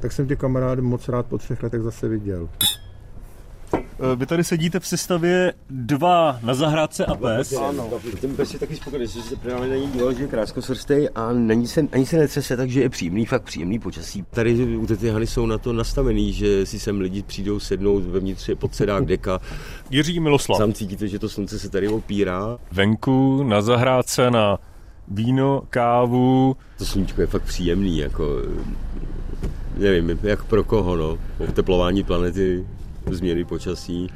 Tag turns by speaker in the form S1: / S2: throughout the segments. S1: tak jsem tě kamarády moc rád po třech letech zase viděl.
S2: Eh, Vy tady sedíte v sestavě dva na zahrádce a pes.
S3: Ano. Ten pes je taky spokojený, že se právě na něj díval, že je krátkosrstej a není se, ani se netřese, takže je příjemný, fakt příjemný počasí. Tady u ty haly jsou na to nastavený, že si sem lidi přijdou sednout, vevnitř je podsedák deka.
S2: Jiří Miloslav.
S3: Sám cítíte, že to slunce se tady opírá.
S2: Venku na zahrádce na víno, kávu.
S3: To sluníčko je fakt příjemný, jako nevím, jak pro koho, no. Oteplování planety, změny počasí.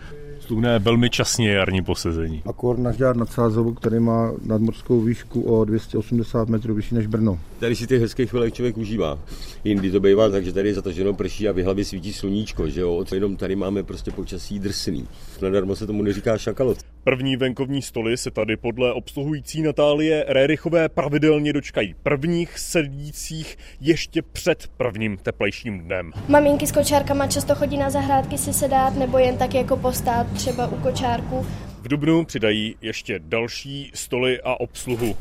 S2: Stůne velmi časně jarní posezení.
S1: Akor na žďár nad Sázovou, který má nadmorskou výšku o 280 metrů vyšší než Brno.
S3: Tady si ty hezké chvíle člověk užívá. Jindy to bývá tak, že tady je zataženo prší a v hlavě svítí sluníčko, že jo? Jenom tady máme prostě počasí drsný. Nadarmo se tomu neříká šakalot.
S2: První venkovní stoly se tady podle obsluhující Natálie Rerichové pravidelně dočkají prvních sedících ještě před prvním teplejším dnem.
S4: Maminky s kočárkama často chodí na zahrádky si sedát nebo jen tak jako postát třeba u kočárku.
S2: V Dubnu přidají ještě další stoly a obsluhu.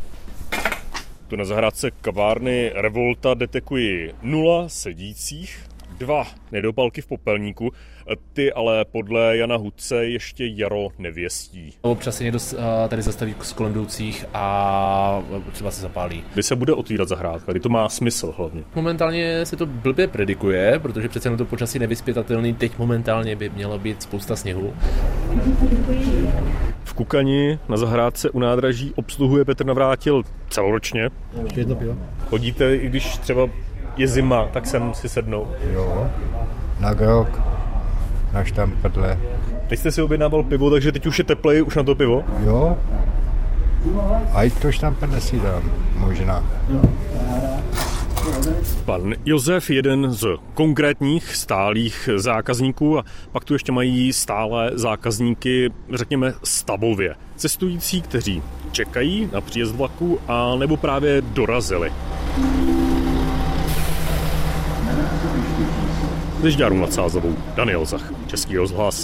S2: Tu na zahrádce kavárny Revolta detekuji nula sedících, dva nedopalky v popelníku, ty ale podle Jana Hudce ještě jaro nevěstí.
S5: Občas se někdo tady zastaví s kolem jdoucích a e, třeba se zapálí.
S2: Kdy se bude otvírat zahrádka, kdy to má smysl hlavně?
S5: Momentálně se to blbě predikuje, protože přece jenom to počasí nevyspětatelný, teď momentálně by mělo být spousta sněhu.
S2: V Kukani na zahrádce u nádraží obsluhuje Petr Navrátil celoročně.
S1: Jedno pivo.
S2: Chodíte, i když třeba je zima, tak sem si sednou.
S6: Jo, na grok, na štamprle.
S2: Teď jste si objednával pivo, takže teď už je teplej, už na to pivo?
S6: Jo, a i to štamprle si dám, možná.
S2: Pan Josef, jeden z konkrétních stálých zákazníků a pak tu ještě mají stále zákazníky, řekněme, stavově. Cestující, kteří čekají na příjezd vlaku a nebo právě dorazili. Ze Žďáru nad Sázovou, Daniel Zach, Český rozhlas.